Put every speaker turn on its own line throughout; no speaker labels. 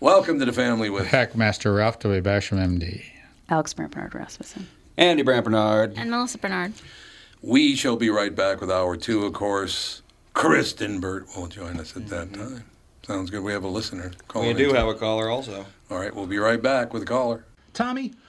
Welcome to the family with
Hackmaster Ralph W. Basham, MD.
Alex Bernard Rasmussen.
Andy Brant Bernard.
And Melissa Bernard.
We shall be right back with hour two, of course. Kristen Burt will join us at that time. Sounds good. We have a listener calling.
Mm-hmm. We
in.
do have a caller also.
All right, we'll be right back with a caller.
Tommy,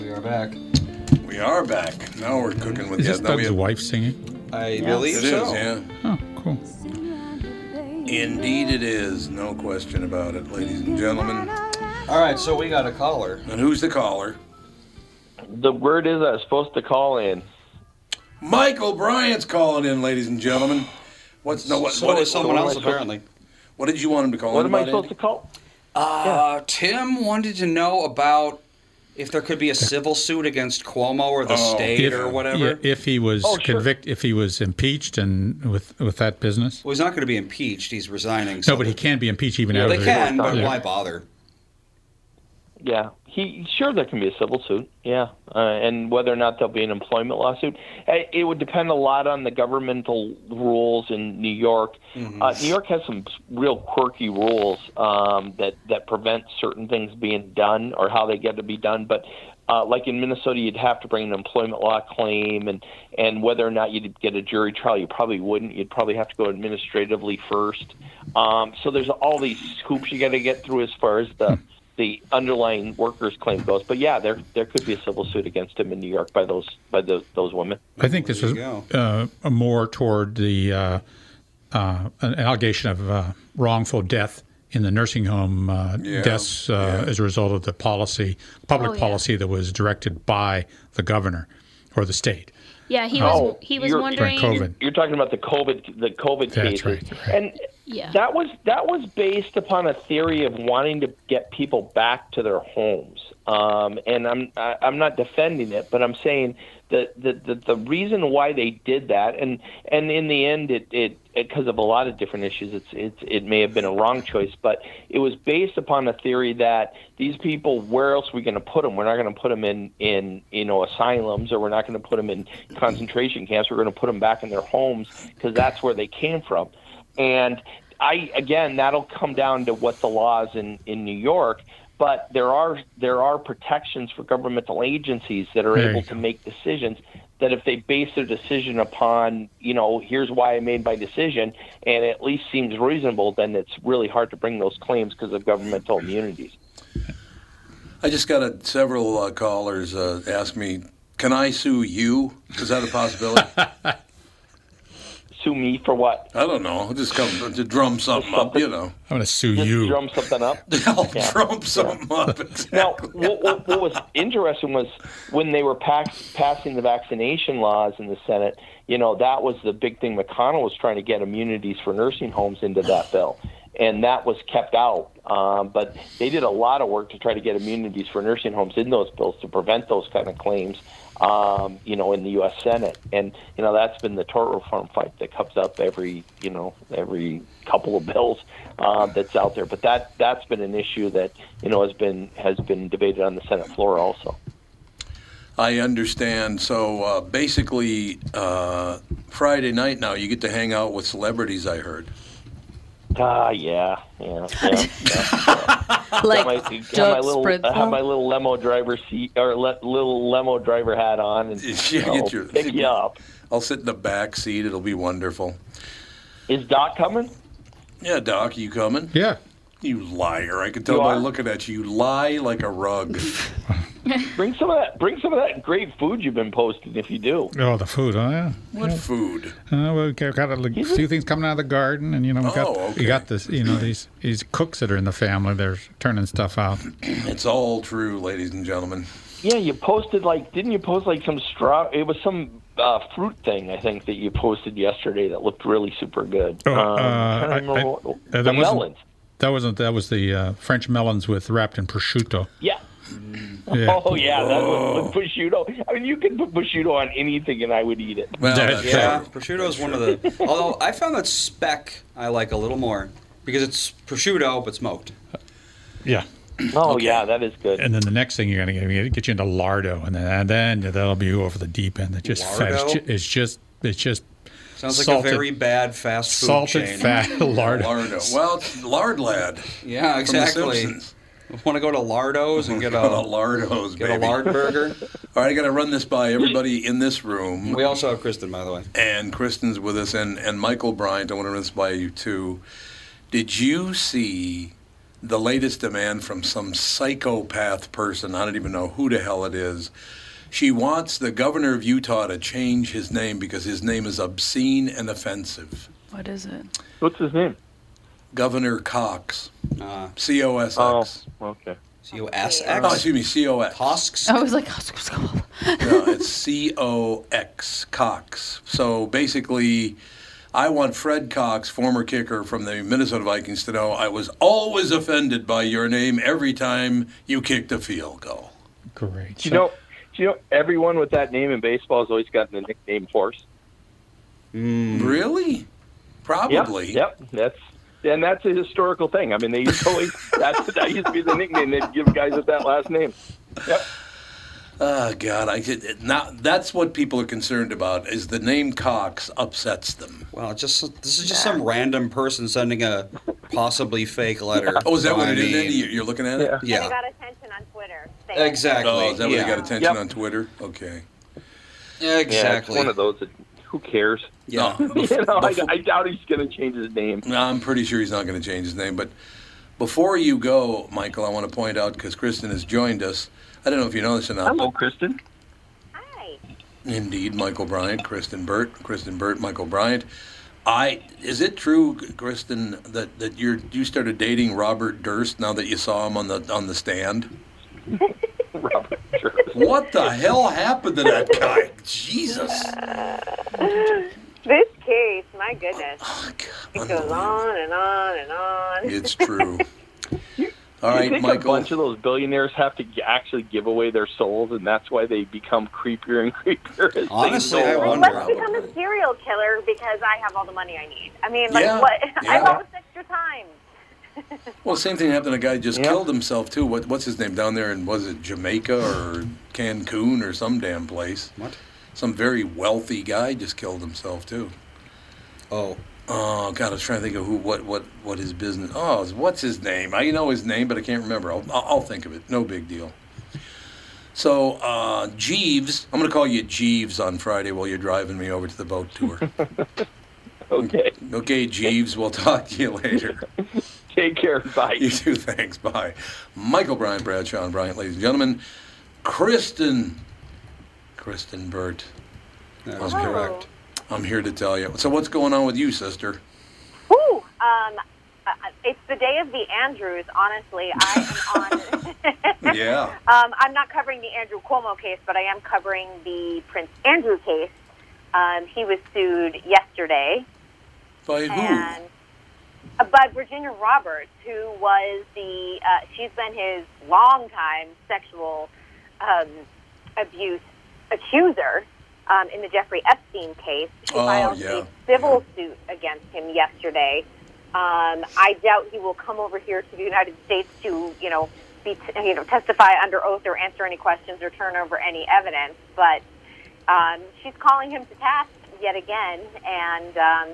We are back.
We are back. Now we're cooking with
Is
yeah,
this
now we
Doug's
have-
wife singing?
I
Yes.
believe
It is,
so.
yeah.
Oh, cool.
Indeed it is. No question about it, ladies and gentlemen.
All right, so we got a caller.
And who's the caller?
The word is I was supposed to call in.
Michael Bryant's calling in, ladies and gentlemen. What's no what
So
what
is someone else apparently.
What did you want him to call
What
in
am I
about,
supposed to
Andy?
call?
Uh, Tim wanted to know about if there could be a civil suit against Cuomo or the
Oh.
state
If-
or whatever.
yeah, if he was
Oh, sure.
convict, if he was impeached, and with with that business.
Well, he's not going to be impeached. He's resigning.
No, but he can be impeached even
Well,
out
they
of the-
can, but
Yeah.
why bother?
Yeah, he sure there can be a civil suit. Yeah, uh, and whether or not there'll be an employment lawsuit, I- it would depend a lot on the governmental rules in New York.
Mm-hmm.
Uh, New York has some real quirky rules um, that that prevent certain things being done or how they get to be done. But uh, like in Minnesota, you'd have to bring an employment law claim, and and whether or not you'd get a jury trial, you probably wouldn't. You'd probably have to go administratively first. Um, so there's all these hoops you got to get through as far as the the underlying workers' claim goes. But yeah, there there could be a civil suit against him in New York by those by those those women.
I think this
There
was
you
uh, more toward the uh, uh, an allegation of uh, wrongful death in the nursing home uh,
Yeah,
deaths uh, as a result of the policy, public
Oh, yeah.
policy that was directed by the governor or the state.
Yeah, he was
Oh,
he was
you're-
wondering.
During COVID.
You're, you're talking about the COVID, the COVID
That's
cases,
right, right.
and
Yeah.
that was that was based upon a theory of wanting to get people back to their homes. Um, and I'm I, I'm not defending it, but I'm saying that the, the the reason why they did that, and and in the end, it it because of a lot of different issues, it's it's it may have been a wrong choice, but it was based upon a theory that these people, where else are we going to put them? We're not going to put them in in you know asylums, or we're not going to put them in concentration camps. We're going to put them back in their homes because that's where they came from. And I again, that'll come down to what the laws in in New York. But there are there are protections for governmental agencies that are
There
able
you
to make decisions that if they base their decision upon you know here's why I made my decision and it at least seems reasonable, then it's really hard to bring those claims because of governmental immunities.
I just got a, several uh, callers uh, ask me, "Can I sue you?" Is that a possibility?
Sue me for what?
I don't know. Just come to drum something up, you know.
I'm going to sue
Just
you.
drum something up.
I'll
Yeah.
drum something up.
Now, what, what, what was interesting was when they were pax, passing the vaccination laws in the Senate, you know, that was the big thing. McConnell was trying to get immunities for nursing homes into that bill, and that was kept out. Um, but they did a lot of work to try to get immunities for nursing homes in those bills to prevent those kind of claims, um, you know, in the U.S. Senate. And, you know, that's been the tort reform fight that comes up every, you know, every couple of bills uh, that's out there. But that that's been an issue that you know has been has been debated on the Senate floor also.
I understand. So uh, basically, uh, Friday night now, you get to hang out with celebrities. I heard.
Ah, yeah, yeah, yeah.
Like,
my, have my
Doug
little I have
Spritzel?
my little limo driver seat or le, little limo driver hat on and
Yeah,
you know,
get your-
pick you up.
I'll sit in the back seat. It'll be wonderful.
Is Doc coming?
Yeah, Doc, you coming?
Yeah.
You liar! I can tell
You
by
are?
looking at you. You lie like a rug.
Bring some of that. Bring some of that great food you've been posting. If you do,
Oh, the food. Oh, yeah.
What food?
Uh, well, we got got a like, few things coming out of the garden, and you know, we got
Oh, okay.
we got this. You know, these these cooks that are in the family, they're turning stuff out.
It's all true, ladies and gentlemen.
yeah, you posted like didn't you post like some straw? It was some uh, fruit thing I think that you posted yesterday that looked really super good.
Oh,
Um,
uh,
I don't
I-
remember
I-
what-
uh,
the
that wasn't-
melons.
That wasn't that was the uh, French melons with wrapped in prosciutto.
Yeah.
Yeah.
Oh yeah, that was with prosciutto. I mean, you could put prosciutto on anything, and I would eat it.
Well,
That-
that's
Yeah,
true.
prosciutto is one of the. Although I found that speck I like a little more because it's prosciutto but smoked.
Yeah.
Oh yeah, that is good.
And then the next thing you're gonna get, you get you into lardo, and then and then that'll be you over the deep end. It's just fat. It's
Lardo?
just it's just, it's just
Sounds like
Salted-
a very bad fast food
salted
chain.
fat lardo.
Lardo. Well, it's lard lad.
Yeah,
From the
exactly.
Simpsons.
Want to go to Lardo's and get
Got a
a
lardos,
get
baby.
a lard burger?
All right, I got to run this by everybody in this room.
We also have Kristen, by the way.
and Kristen's with us, and, and Michael Bryant. I want to run this by you too. Did you see the latest demand from some psychopath person? I don't even know who the hell it is. She wants the governor of Utah to change his name because his name is obscene and offensive.
what is it?
What's his name?
Governor Cox,
Uh,
C O S
Oh,
X.
okay.
so you ask
Oh,
X
excuse me, C O X.
Hosks.
I was like, oh, sc- sc- sc-
No, it's C O X Cox. So basically, I want Fred Cox, former kicker from the Minnesota Vikings, to know I was always offended by your name every time you kicked a field goal.
Great.
Do you know? Do you know everyone with that name in baseball has always gotten the nickname Horse?
Really? Probably.
Yep. yep. That's and that's a historical thing. I mean, they used to always that's, that used to be the nickname they'd give guys with that last name.
Oh God, I could- now that's what people are concerned about is the name Cox upsets them.
Well, just this is just some random person sending a possibly fake letter.
Oh, is that what
I
it is? Andy?
mean,
You- You're looking at it.
Yeah.
Yeah.
They got attention on Twitter. They-
Exactly.
Oh, is that what
yeah.
you got attention
Yep.
on Twitter? Okay.
Yeah, it's
Exactly.
one of those. That, who cares?
Yeah.
No,
You know, I,
befo-
I doubt he's going to change his name.
No, I'm pretty sure he's not going to change his name. But before you go, Michael, I want to point out because Kristen has joined us. I don't know if you know this or not.
Hello, Kristen.
Hi.
But indeed, Michael Bryant, Kristen Burt, Kristen Burt, Michael Bryant. I is it true, Kristen, that, that you're you started dating Robert Durst now that you saw him on the on the stand?
Robert. Sure.
What the hell happened to that guy? Jesus.
This case, my goodness. It goes
Oh, Unbelievable.
on and on and on.
It's true. All
You
right,
think a
Michael.
bunch of those billionaires have to g- actually give away their souls, and that's why they become creepier and creepier. As things
Honestly,
go
I
on?
wonder.
Let's become a serial killer because I have all the money I need. I mean, like,
Yeah,
what? I have
yeah.
all this extra time.
Well, same thing happened. to A guy just
Yeah.
killed himself too. What, what's his name down there? And was it Jamaica or Cancun or some damn place?
What?
Some very wealthy guy just killed himself too.
Oh.
Oh God, I was trying to think of who, what, what, what his business. Oh, it's- what's his name? I know his name, but I can't remember. I'll, I'll I'll think of it. No big deal. So uh, Jeeves, I'm going to call you Jeeves on Friday while you're driving me over to the boat tour.
Okay.
okay, Jeeves, we'll talk to you later.
Take care. Bye.
You too. Thanks. Bye. Michael Bryant, Bradshaw and Bryant, ladies and gentlemen. Kristen, Kristen Burt,
That was
Oh.
correct.
I'm here to tell you. So what's going on with you, sister?
Whew. Um, uh, it's the day of the Andrews, honestly. I am on.
Yeah.
Um, I'm not covering the Andrew Cuomo case, but I am covering the Prince Andrew case. Um, he was sued yesterday,
By
and
who?
uh, by Virginia Roberts, who was the uh, she's been his longtime sexual um, abuse accuser um, in the Jeffrey Epstein case. She
Oh,
filed
yeah.
a civil suit against him yesterday. Um, I doubt he will come over here to the United States to, you know, be t- you know, testify under oath or answer any questions or turn over any evidence. But um, she's calling him to task yet again, and um,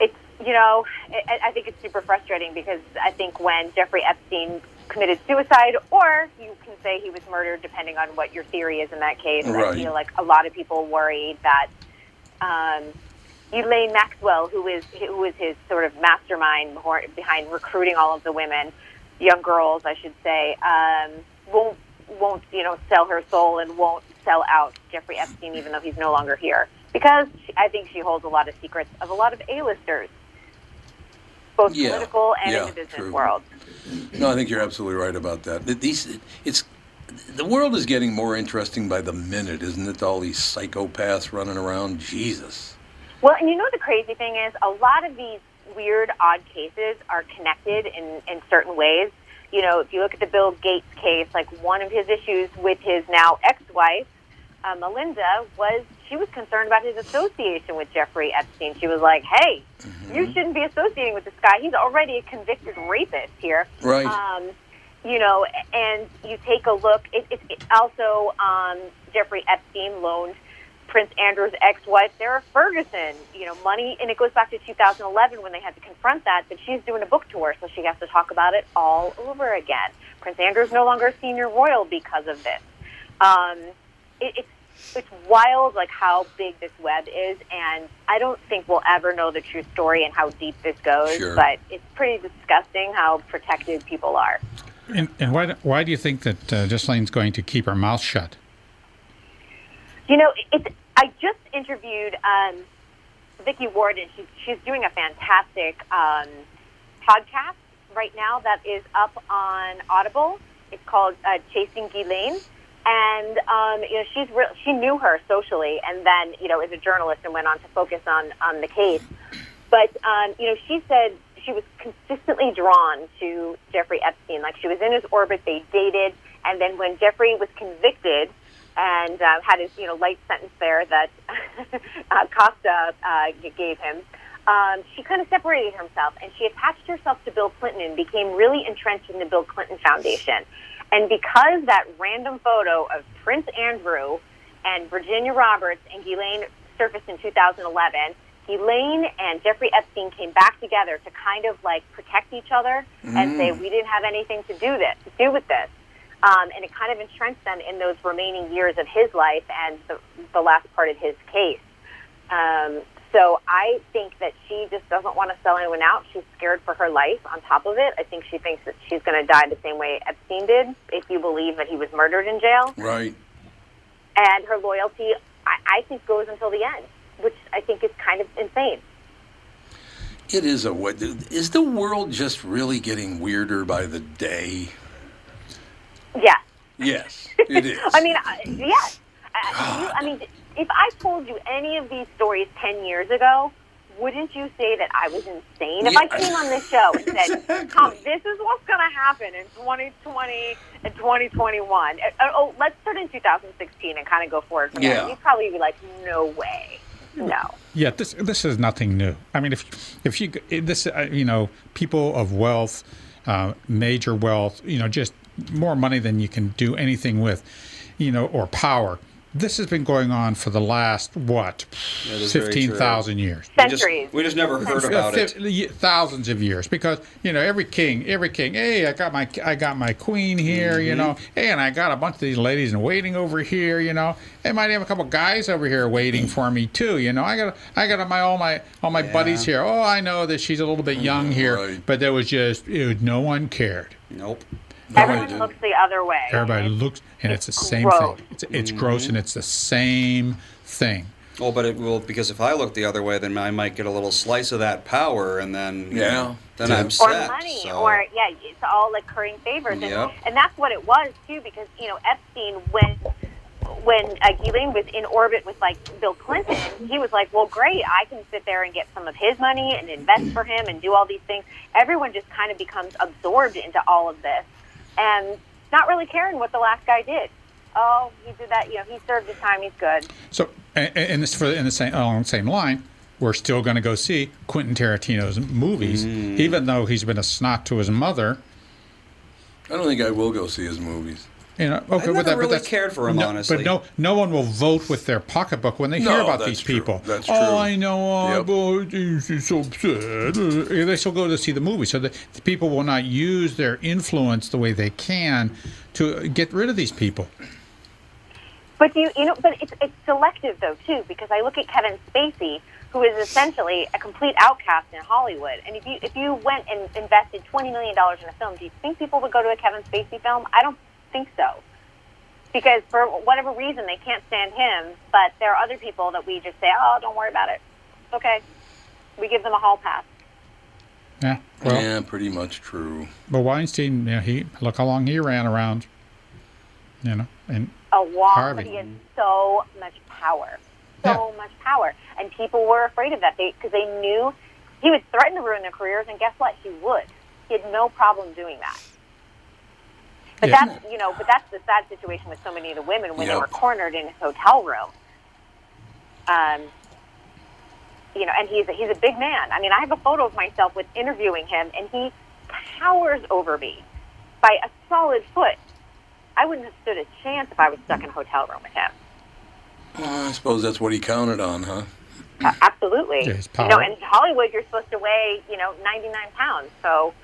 it's you know, I, I think it's super frustrating because I think when Jeffrey Epstein committed suicide, or you can say he was murdered, depending on what your theory is in that case.
Right.
I feel like a lot of people worried that um, Elaine Maxwell, who is who is his sort of mastermind behor- behind recruiting all of the women, young girls, I should say, um, won't won't you know sell her soul and won't sell out Jeffrey Epstein, even though he's no longer here, because she, I think she holds a lot of secrets of a lot of A-listers, both
Yeah.
political and
Yeah,
in the business
true.
world.
No, I think you're absolutely right about that. Th- These, it's the world is getting more interesting by the minute, isn't it? All these psychopaths running around. Jesus.
Well, and you know what the crazy thing is? A lot of these weird, odd cases are connected in, in certain ways. You know, if you look at the Bill Gates case, like one of his issues with his now ex-wife, uh, Melinda, was she was concerned about his association with Jeffrey Epstein. She was like, hey, you shouldn't be associating with this guy. He's already a convicted rapist here.
Right.
Um, you know, and you take a look. It, it, it also, um, Jeffrey Epstein loaned Prince Andrew's ex-wife Sarah Ferguson, you know, money, and it goes back to 2011 when they had to confront that. But she's doing a book tour, so she has to talk about it all over again. Prince Andrew's no longer a senior royal because of this. Um, it, it's it's wild, like how big this web is, and I don't think we'll ever know the true story and how deep this goes.
Sure.
But it's pretty disgusting how protected people are.
And, and why, why do you think that uh, Ghislaine's going to keep her mouth shut?
You know, it's. I just interviewed um, Vicki Ward, and she's she's doing a fantastic um, podcast right now that is up on Audible. It's called uh, Chasing Ghislaine, and um, you know she's real. She knew her socially, and then you know as a journalist, and went on to focus on on the case. But um, you know, she said she was consistently drawn to Jeffrey Epstein. Like she was in his orbit, they dated, and then when Jeffrey was convicted and uh, had his you know light sentence there that uh, Costa uh, g- gave him, um, she kind of separated herself and she attached herself to Bill Clinton and became really entrenched in the Bill Clinton Foundation. And because that random photo of Prince Andrew and Virginia Roberts and Ghislaine surfaced in 2011. Ghislaine and Jeffrey Epstein came back together to kind of like protect each other and say we didn't have anything to do this to do with this, um, and it kind of entrenched them in those remaining years of his life and the, the last part of his case. Um, so I think that she just doesn't want to sell anyone out. She's scared for her life. On top of it, I think she thinks that she's going to die the same way Epstein did, if you believe that he was murdered in jail
Right.
and her loyalty, I, I think, goes until the end, which I think is kind of insane.
It is a what? Is the world just really getting weirder by the day?
Yes.
Yes, it is.
I mean, I- yes. I, you, I mean, if I told you any of these stories 10 years ago, wouldn't you say that I was insane? If I
Yeah.
came on this show and said, Tom, this is what's going to happen in 2020 and 2021. Uh, oh, let's start in 2016 and kind of go forward from
Yeah.
there. You'd probably be like, no way. No.
Yeah, this this is nothing new. I mean, if if you this uh, you know people of wealth, uh, major wealth, you know, just more money than you can do anything with, you know, or power. This has been going on for the last what
That is very true.
fifteen thousand years.
We just,
Centuries.
we just never heard about
Yeah,
it.
fif- ye- Thousands of years, because you know every king, every king. Hey, I got my, I got my queen here, you
Mm-hmm.
know. Hey, and I got a bunch of these ladies in waiting over here, you know. I might have a couple guys over here waiting for me too, you know. I got, I got my all my all my buddies here. Oh, I know that she's a little bit young here,
Right.
but there was just it, no one cared.
Nope.
Everyone looks the other way.
Everybody looks, and it's, the same
gross.
thing. It's, it's
Mm-hmm.
gross, and it's the same thing.
Well, Oh, but it will because if I look the other way, then I might get a little slice of that power, and then you
Yeah.
know, then
Yeah.
I'm
or
set.
money
so-
or yeah it's all like currying favors
Yep.
and, and that's what it was too because you know epstein when when uh, Ghislaine was in orbit with like bill clinton he was like well great i can sit there and get some of his money and invest for him and do all these things everyone just kind of becomes absorbed into all of this and not really caring what the last guy did oh he did that you know he served his time he's good
So, and, and this for in the same along the same line, we're still going to go see Quentin Tarantino's movies,
Mm.
even though he's been a snot to his mother.
I don't think I will go see his movies.
You know, okay,
I never
with that, but
really
that's-
cared for him,
no,
honestly.
But no, no one will vote with their pocketbook when they hear
No,
about
that's
these
true.
people.
That's true.
Oh, I know. Oh,
Yep.
boy, this is so sad. Uh, They still go to see the movie, so the, the people will not use their influence the way they can to get rid of these people.
But do you, you know, but it's, it's selective though too, because I look at Kevin Spacey, who is essentially a complete outcast in Hollywood. And if you if you went and invested twenty million dollars in a film, do you think people would go to a Kevin Spacey film? I don't think so, because for whatever reason they can't stand him. But there are other people that we just say, oh, don't worry about it. It's okay, we give them a hall pass.
Yeah. Well,
yeah, pretty much true.
but Weinstein, you know, he look how long he ran around. You know, and
a wall,
Harvey.
but he had so much power, so much power, and people were afraid of that because they knew he would threaten to ruin their careers, and guess what? He would. He had no problem doing that.
"Oh,
But
Yeah.
that's you know, but that's the sad situation with so many of the women when
Yep.
they were cornered in his hotel room. Um, you know, and he's a, he's a big man. I mean, I have a photo of myself with interviewing him, and he towers over me by a solid foot. I wouldn't have stood a chance if I was stuck in a hotel room with him.
Well, I suppose that's what he counted on, huh?
Uh, absolutely.
Yeah, his
You know,
power.
Uh-huh.
in Hollywood, you're supposed to weigh, you know, 99 pounds. So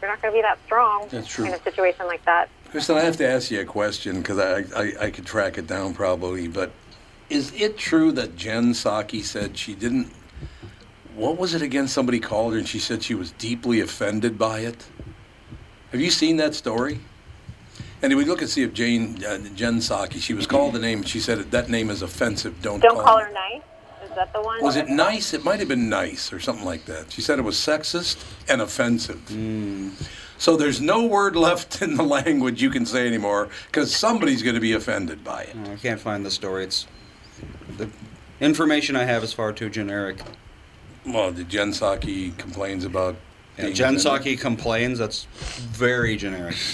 you're not going to be that strong
That's true.
in a situation like that.
Kristen, I have to ask you a question because I, I, I could track it down probably, but is it true that Jen Psaki said she didn't? What was it again? Somebody called her and she said she was deeply offended by it. Have you seen that story? And we look and see if Jane uh, Jen Psaki, she was called the name. She said that name is offensive. Don't,
Don't call
me."
her nice. Is that the one?
Was it nice? It might have been nice or something like that. She said it was sexist and offensive. So there's no word left in the language you can say anymore because somebody's going to be offended by it.
I can't find the story. It's the information I have is far too generic.
Well, the Jen Psaki complains about
Yeah,
being
Jen
offended-
Psaki complains. That's very generic.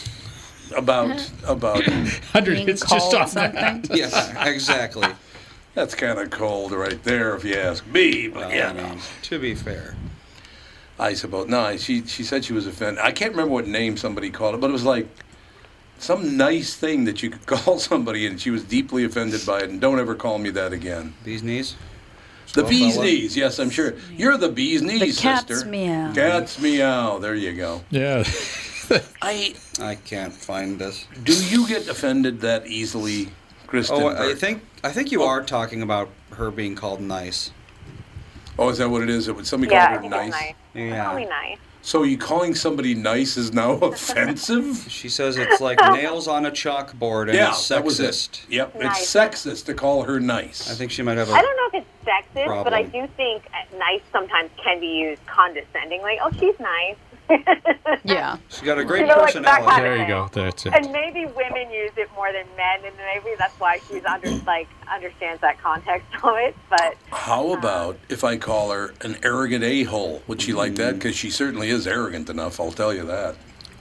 about about
hundred
Being
hits just
called
on that.
something.
yeah, exactly.
that's kind of cold right there if you ask me. But
Well,
yeah,
I mean, to be fair,
I suppose no. I- She she said she was offended. I can't remember what name somebody called it, but it was like some nice thing that you could call somebody, and she was deeply offended by it. And don't ever call me that again.
these knees.
The
Well,
bee's
fella.
knees. Yes, I'm sure you're the bee's knees,
cat's
sister.
meow.
Cat's meow. There you go.
Yeah.
I
I can't find this.
do you get offended that easily, Kristen? Oh.
Oh, I
Burke?
think I think you are talking about her being called nice.
Oh, is that what it is? It would somebody
Yeah, I
called her
think it's
nice.
nice.
Yeah.
Probably nice.
So you calling somebody nice is now offensive?
She says it's like nails on a chalkboard and
yeah,
it's
that was it.
sexist.
Yep,
Nice.
it's sexist to call her nice.
I think she might have a.
I don't know if it's sexist, but I
Problem.
do think uh, nice sometimes can be used condescendingly. Oh, she's nice.
Yeah.
She got a great
You know, like that
personality.
kind
There you go. That's it.
And maybe women use it more than men, and maybe that's why she's under like understands that context of it. But Uh-huh.
How about if I call her an arrogant a hole? Would she like that? Because she certainly is arrogant enough, I'll tell you that.
Mm.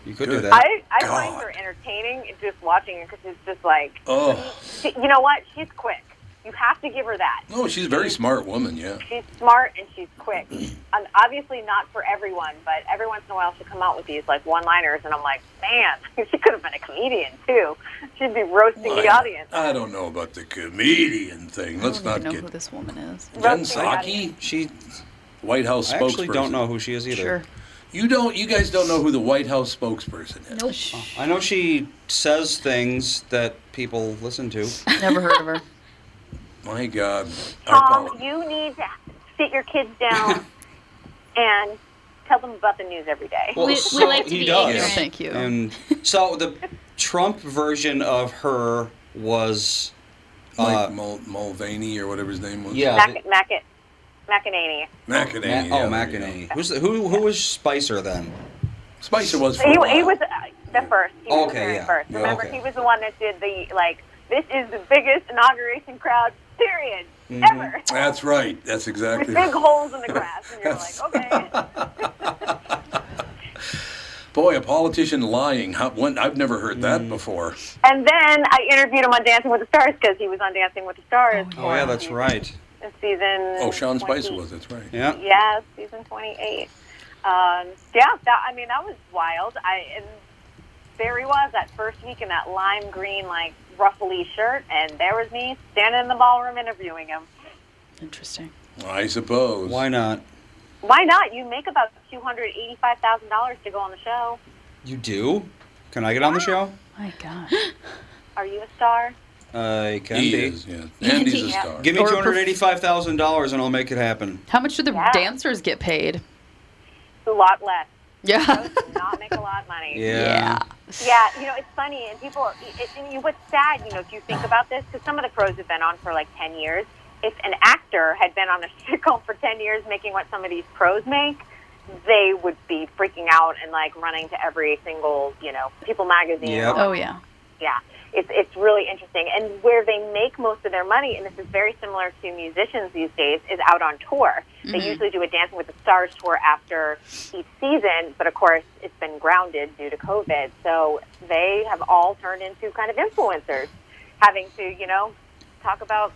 you could do
Good.
that.
I, I find
God.
her entertaining just watching her because it's just like,
Oh,
she, you know what? She's quick. You have to give her that.
no, she's a very smart woman, yeah.
She's smart and she's quick. And obviously not for everyone, but every once in a while she'll come out with these like one-liners, and I'm like, man, she could have been a comedian too. She'd be roasting the
I-
audience.
I don't know about the comedian thing.
I don't
Let's
even
not
know
get
who this woman is.
Jen
Roasting the audience.
Psaki,
She
White House
I
spokesperson.
actually don't know who she is either.
Sure.
You don't. You guys don't know who the White House spokesperson is.
Nope.
I know she says things that people listen to.
Never heard of her.
My God, I'll
Tom,
call-
you need to sit your kids down and tell them about the news every day.
Well,
we
so
like to
he
be
does.
ignorant. Thank you.
And so the Trump version of her was
Mike
uh,
Mul- Mulvaney or whatever his name was.
Yeah.
Mac- Mac- McEnany.
McEnany.
Ma-
yeah,
oh
there you
McEnany. Who's the, who? Who was Spicer then?
go. Spicer was. For
He,
a while.
he was uh, the first. He was
Okay,
the very
yeah.
first.
Yeah,
Remember,
okay.
he was the one that did the like. This is the biggest inauguration crowd period
Mm-hmm.
ever.
That's right. That's
With
exactly.
big holes in the grass, and you're like, okay.
Boy, a politician lying. How, when, I've never heard
Mm.
that before.
And then I interviewed him on Dancing with the Stars because he was on Dancing with the Stars.
Oh yeah, that's right.
in Season.
Oh, Sean Spicer
20.
was. That's right.
Yeah.
Yeah, season 28. Um, yeah, that, I mean, that was wild. I And there he was that first week in that lime green, like, ruffly shirt, and there was me standing in the ballroom interviewing him.
Interesting.
I suppose.
Why not?
Why not? You make about $285,000 to go on the show.
You do? Can I get on the show?
My God.
Are you a star?
I can
He
be.
is. Yeah. Andy's a star.
Give me
Or
two
perf-
hundred eighty-five thousand dollars and I'll make it happen.
How much do the
Yeah.
dancers get paid?
A lot less.
Yeah.
Those do not make a lot of money.
Yeah.
Yeah, you know, it's funny, and people, it, and you, what's sad, you know, if you think about this, because some of the pros have been on for like 10 years. If an actor had been on a sitcom for 10 years making what some of these pros make, they would be freaking out and like running to every single, you know, People magazine.
Yep.
Oh yeah.
Yeah, it's it's really interesting. And where they make most of their money, and this is very similar to musicians these days, is out on tour. They usually do a Dancing with the Stars tour after each season, but of course, it's been grounded due to COVID. So they have all turned into kind of influencers, having to you know talk about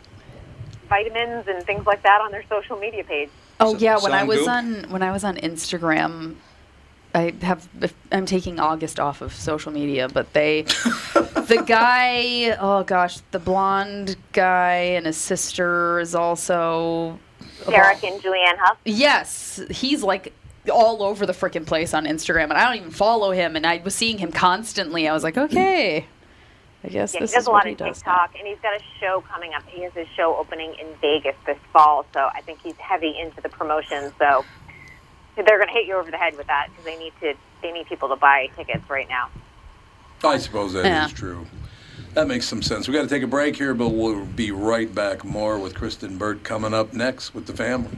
vitamins and things like that on their social media page.
Oh
So-
yeah, when I
Song
was
Goop?
on when I was on Instagram, I have I'm taking August off of social media, but they the guy, oh gosh, the blonde guy and his sister is also
Derek and Julianne Huff.
Yes, he's like all over the freaking place on Instagram and I don't even follow him and I was seeing him constantly. I was like, "Okay. I guess
Yeah,
this
he does
is
a
what
lot
he
of
does." now.
TikTok, and he's got a show coming up. He has a show opening in Vegas this fall, so I think he's heavy into the promotion. So they're going to hit you over the head with that because they need to they need people to buy tickets right now.
I suppose that is
Yeah.
true. That makes some sense. We got to take a break here, but we'll be right back. More with Kristen Burt coming up next with the family.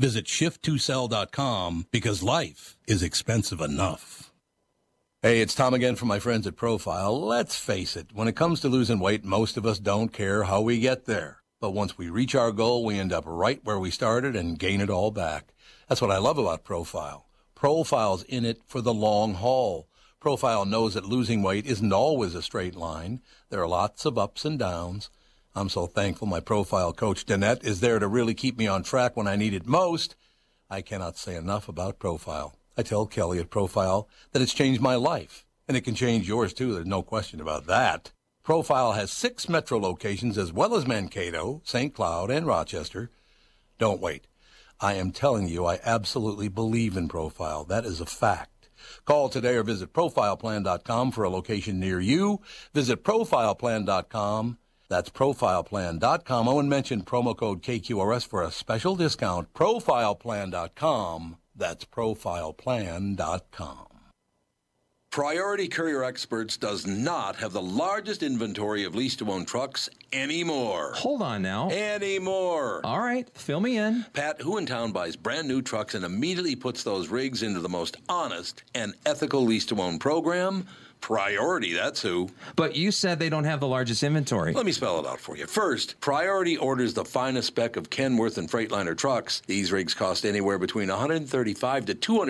Visit shift2sell.com because life is expensive enough. Hey, it's Tom again from my friends at Profile. Let's face it, when it comes to losing weight, most of us don't care how we get there. But once we reach our goal, we end up right where we started and gain it all back. That's what I love about Profile. Profile's in it for the long haul. Profile knows that losing weight isn't always a straight line. There are lots of ups and downs. I'm so thankful my profile coach, Danette, is there to really keep me on track when I need it most. I cannot say enough about Profile. I tell Kelly at Profile that it's changed my life, and it can change yours too. There's no question about that. Profile has six metro locations as well as Mankato, St. Cloud, and Rochester. Don't wait. I am telling you, I absolutely believe in Profile. That is a fact. Call today or visit profileplan.com for a location near you. Visit profileplan.com. That's profileplan.com. Owen mentioned Oh, promo code KQRS for a special discount. Profileplan.com. That's profileplan.com. Priority Courier Experts does not have the largest inventory of lease to own trucks anymore.
Hold on now.
Anymore.
All right, fill me in.
Pat, who in town buys brand new trucks and immediately puts those rigs into the most honest and ethical lease to own program? Priority, that's who.
But you said they don't have the largest inventory.
Let me spell it out for you. First, Priority orders the finest spec of Kenworth and Freightliner trucks. These rigs cost anywhere between $135,000 to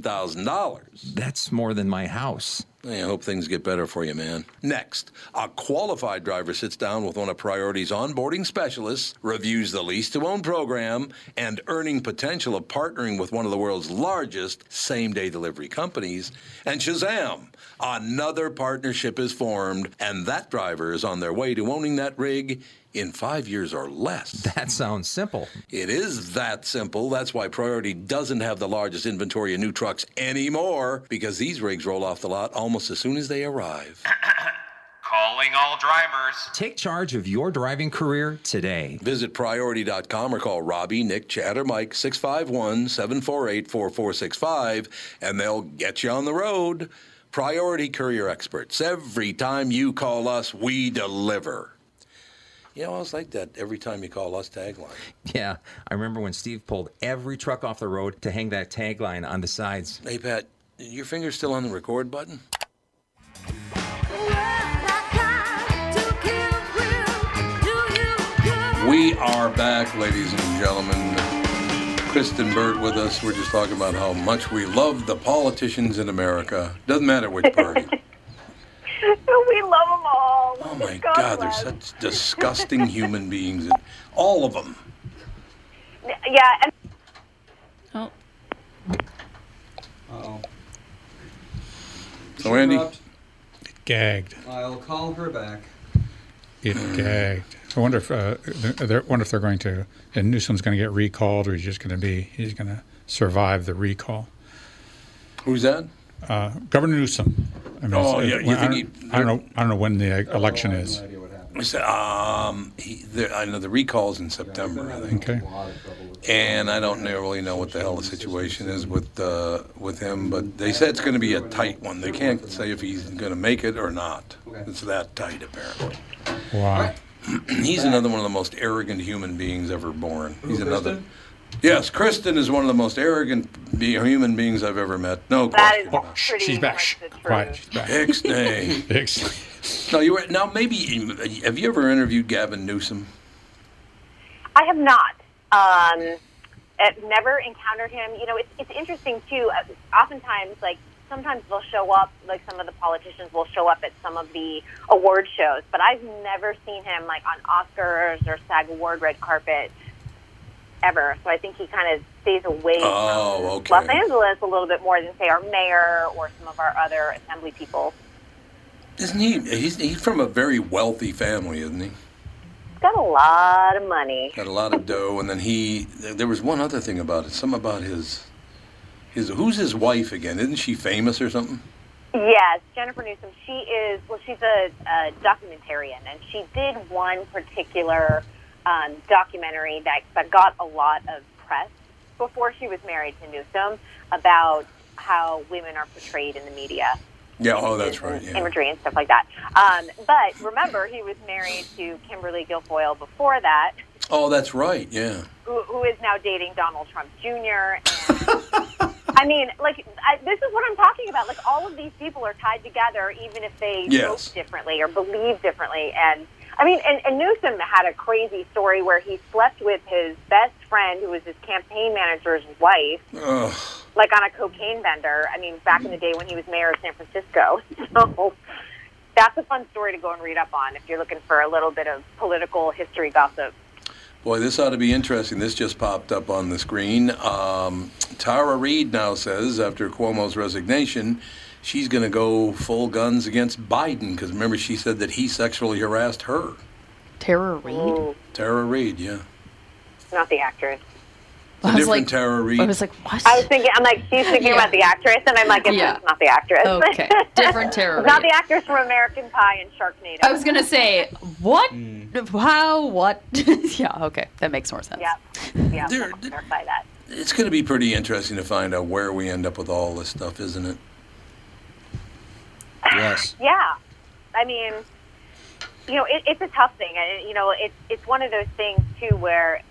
$215,000.
That's more than my house.
I hope things get better for you, man. Next, a qualified driver sits down with one of Priority's onboarding specialists, reviews the lease to own program, and earning potential of partnering with one of the world's largest same day delivery companies. And Shazam, another partnership is formed, and that driver is on their way to owning that rig in five years or less.
That sounds simple.
It is that simple. That's why Priority doesn't have the largest inventory of new trucks anymore, because these rigs roll off the lot almost as soon as they arrive.
Calling all drivers.
Take charge of your driving career today.
Visit priority.com or call Robbie, Nick, Chad, or Mike 651 748 4465 and they'll get you on the road. Priority Courier Experts. Every time you call us, we deliver. You know, I was like that every time you call us tagline.
Yeah, I remember when Steve pulled every truck off the road to hang that tagline on the sides.
Hey, Pat, your finger's still on the record button? We are back, ladies and gentlemen. Kristen Burt with us. We're just talking about how much we love the politicians in America. Doesn't matter which party.
we love them all.
Oh my God, they're such disgusting human beings, and all of them.
Yeah, and
Oh,
Oh,
So Andy,
Gagged.
I'll call her back.
It gagged. Hmm. I wonder if uh, they're, wonder if they're going to. And Newsom's going to get recalled, or he's just going to be. He's going to survive the recall.
who's that?
Uh, Governor Newsom. I mean,
Oh,
it's-
yeah,
it's-
you
I,
think
don't-
he- Oh,
I don't know. I don't know when the uh, election is.
I said, um, he, there, I know the recall's in September, I think,
Okay.
and I don't know- really know what the hell the situation is with uh, with him. But they said it's going to be a tight one. They can't say if he's going to make it or not. It's that tight, apparently.
Wow.
He's another one of the most arrogant human beings ever born. He's another. Yes, Kristen is one of the most arrogant be- human beings I've ever met. No
that is
question.
Oh, sh-
pretty
she's back.
much
Shh.
the truth.
Quiet. She's back.
Ixnay.
Ex-
No, you were, now maybe have you ever interviewed Gavin Newsom?
I have not. Um, I've never encountered him. You know, it's, it's interesting too. Uh, oftentimes, like sometimes they'll show up, like some of the politicians will show up at some of the award shows, but I've never seen him like on Oscars or SAG Award red carpet ever. So I think he kind of stays away
Oh,
from
okay.
Los Angeles a little bit more than say our mayor or some of our other assembly people.
Isn't he? He's, he's from a very wealthy family, isn't he?
He's got a lot of money.
Got a lot of dough, and then he. There was one other thing about it. Some about his. His who's his wife again? Isn't she famous or something?
Yes, Jennifer Newsom. She is well. She's a, a documentarian, and she did one particular um, documentary that that got a lot of press before she was married to Newsom about how women are portrayed in the media
Yeah. Oh, that's right.
and
Yeah.
imagery and stuff like that. Um, but remember, he was married to Kimberly Guilfoyle before that,
Oh, that's right. Yeah.
who, who is now dating Donald Trump Jr. And, I mean, like I, this is what I'm talking about. Like all of these people are tied together, even if they
Yes.
vote differently or believe differently. And I mean, and, and Newsom had a crazy story where he slept with his best friend, who was his campaign manager's wife,
Ugh.
like on a cocaine bender. I mean, back in the day when he was mayor of San Francisco. So that's a fun story to go and read up on if you're looking for a little bit of political history gossip.
Boy, this ought to be interesting. This just popped up on the screen. Um, Tara Reid now says, after Cuomo's resignation, she's going to go full guns against Biden because remember she said that he sexually harassed her.
Tara Reid.
Ooh,
Tara Reid, yeah.
not the actress.
It's a
I was
different
like-
Tara Reid.
I was like, what?
I was thinking, I'm like, she's thinking
Yeah.
about the actress, and I'm like, it's
Yeah.
it's not the actress.
Okay. Different Tara
It's not
Reid.
the actress from American Pie and Sharknado.
I was gonna say what? How? What? yeah. Okay, that makes more sense.
Yeah. Yeah. Clarify that.
It's going to be pretty interesting to find out where we end up with all this stuff, isn't it?
Yes.
Yeah, I mean, you know, it, it's a tough thing. I, you know, it's it's one of those things too where,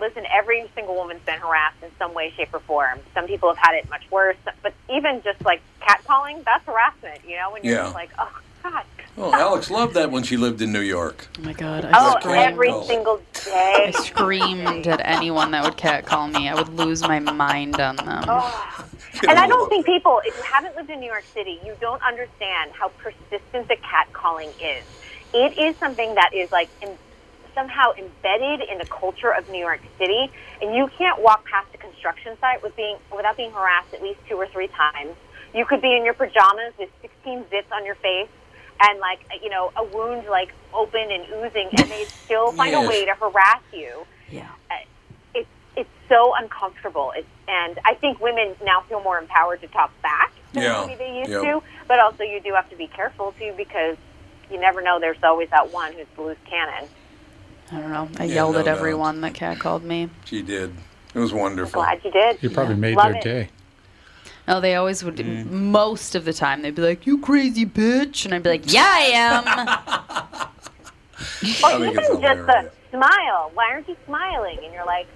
listen, every single woman's been harassed in some way, shape, or form. Some people have had it much worse, but even just like catcalling, that's harassment. You know, when you're
Yeah.
just like, oh god,
Oh, Alex loved that when she lived in New York.
Oh my God. I
oh,
screamed.
every single day.
I screamed at anyone that would catcall me. I would lose my mind on them.
Oh. And I don't think people, if you haven't lived in New York City, you don't understand how persistent the catcalling is. It is something that is like in, somehow embedded in the culture of New York City, and you can't walk past a construction site with being without being harassed at least two or three times. You could be in your pajamas with 16 zits on your face and like uh, you know a wound like open and oozing, and they still find a
Yes.
way to harass you Uh,
Yeah.
it's it's so uncomfortable. It's, and I think women now feel more empowered to talk back than
Yeah.
maybe they used
Yeah.
to. But also, you do have to be careful too because you never know. There's always that one who's the loose cannon.
I don't know. I
Yeah,
yelled
no
at
doubt.
everyone that catcalled me.
She did. It was wonderful.
Glad you did.
You probably made
Love
their
it.
day.
No, Oh, they always would.
Mm.
Most of the time, they'd be like, "You crazy bitch," and I'd be like, "Yeah, I am."
Or
think
even
it's
just the smile. Why aren't you smiling? And you're like,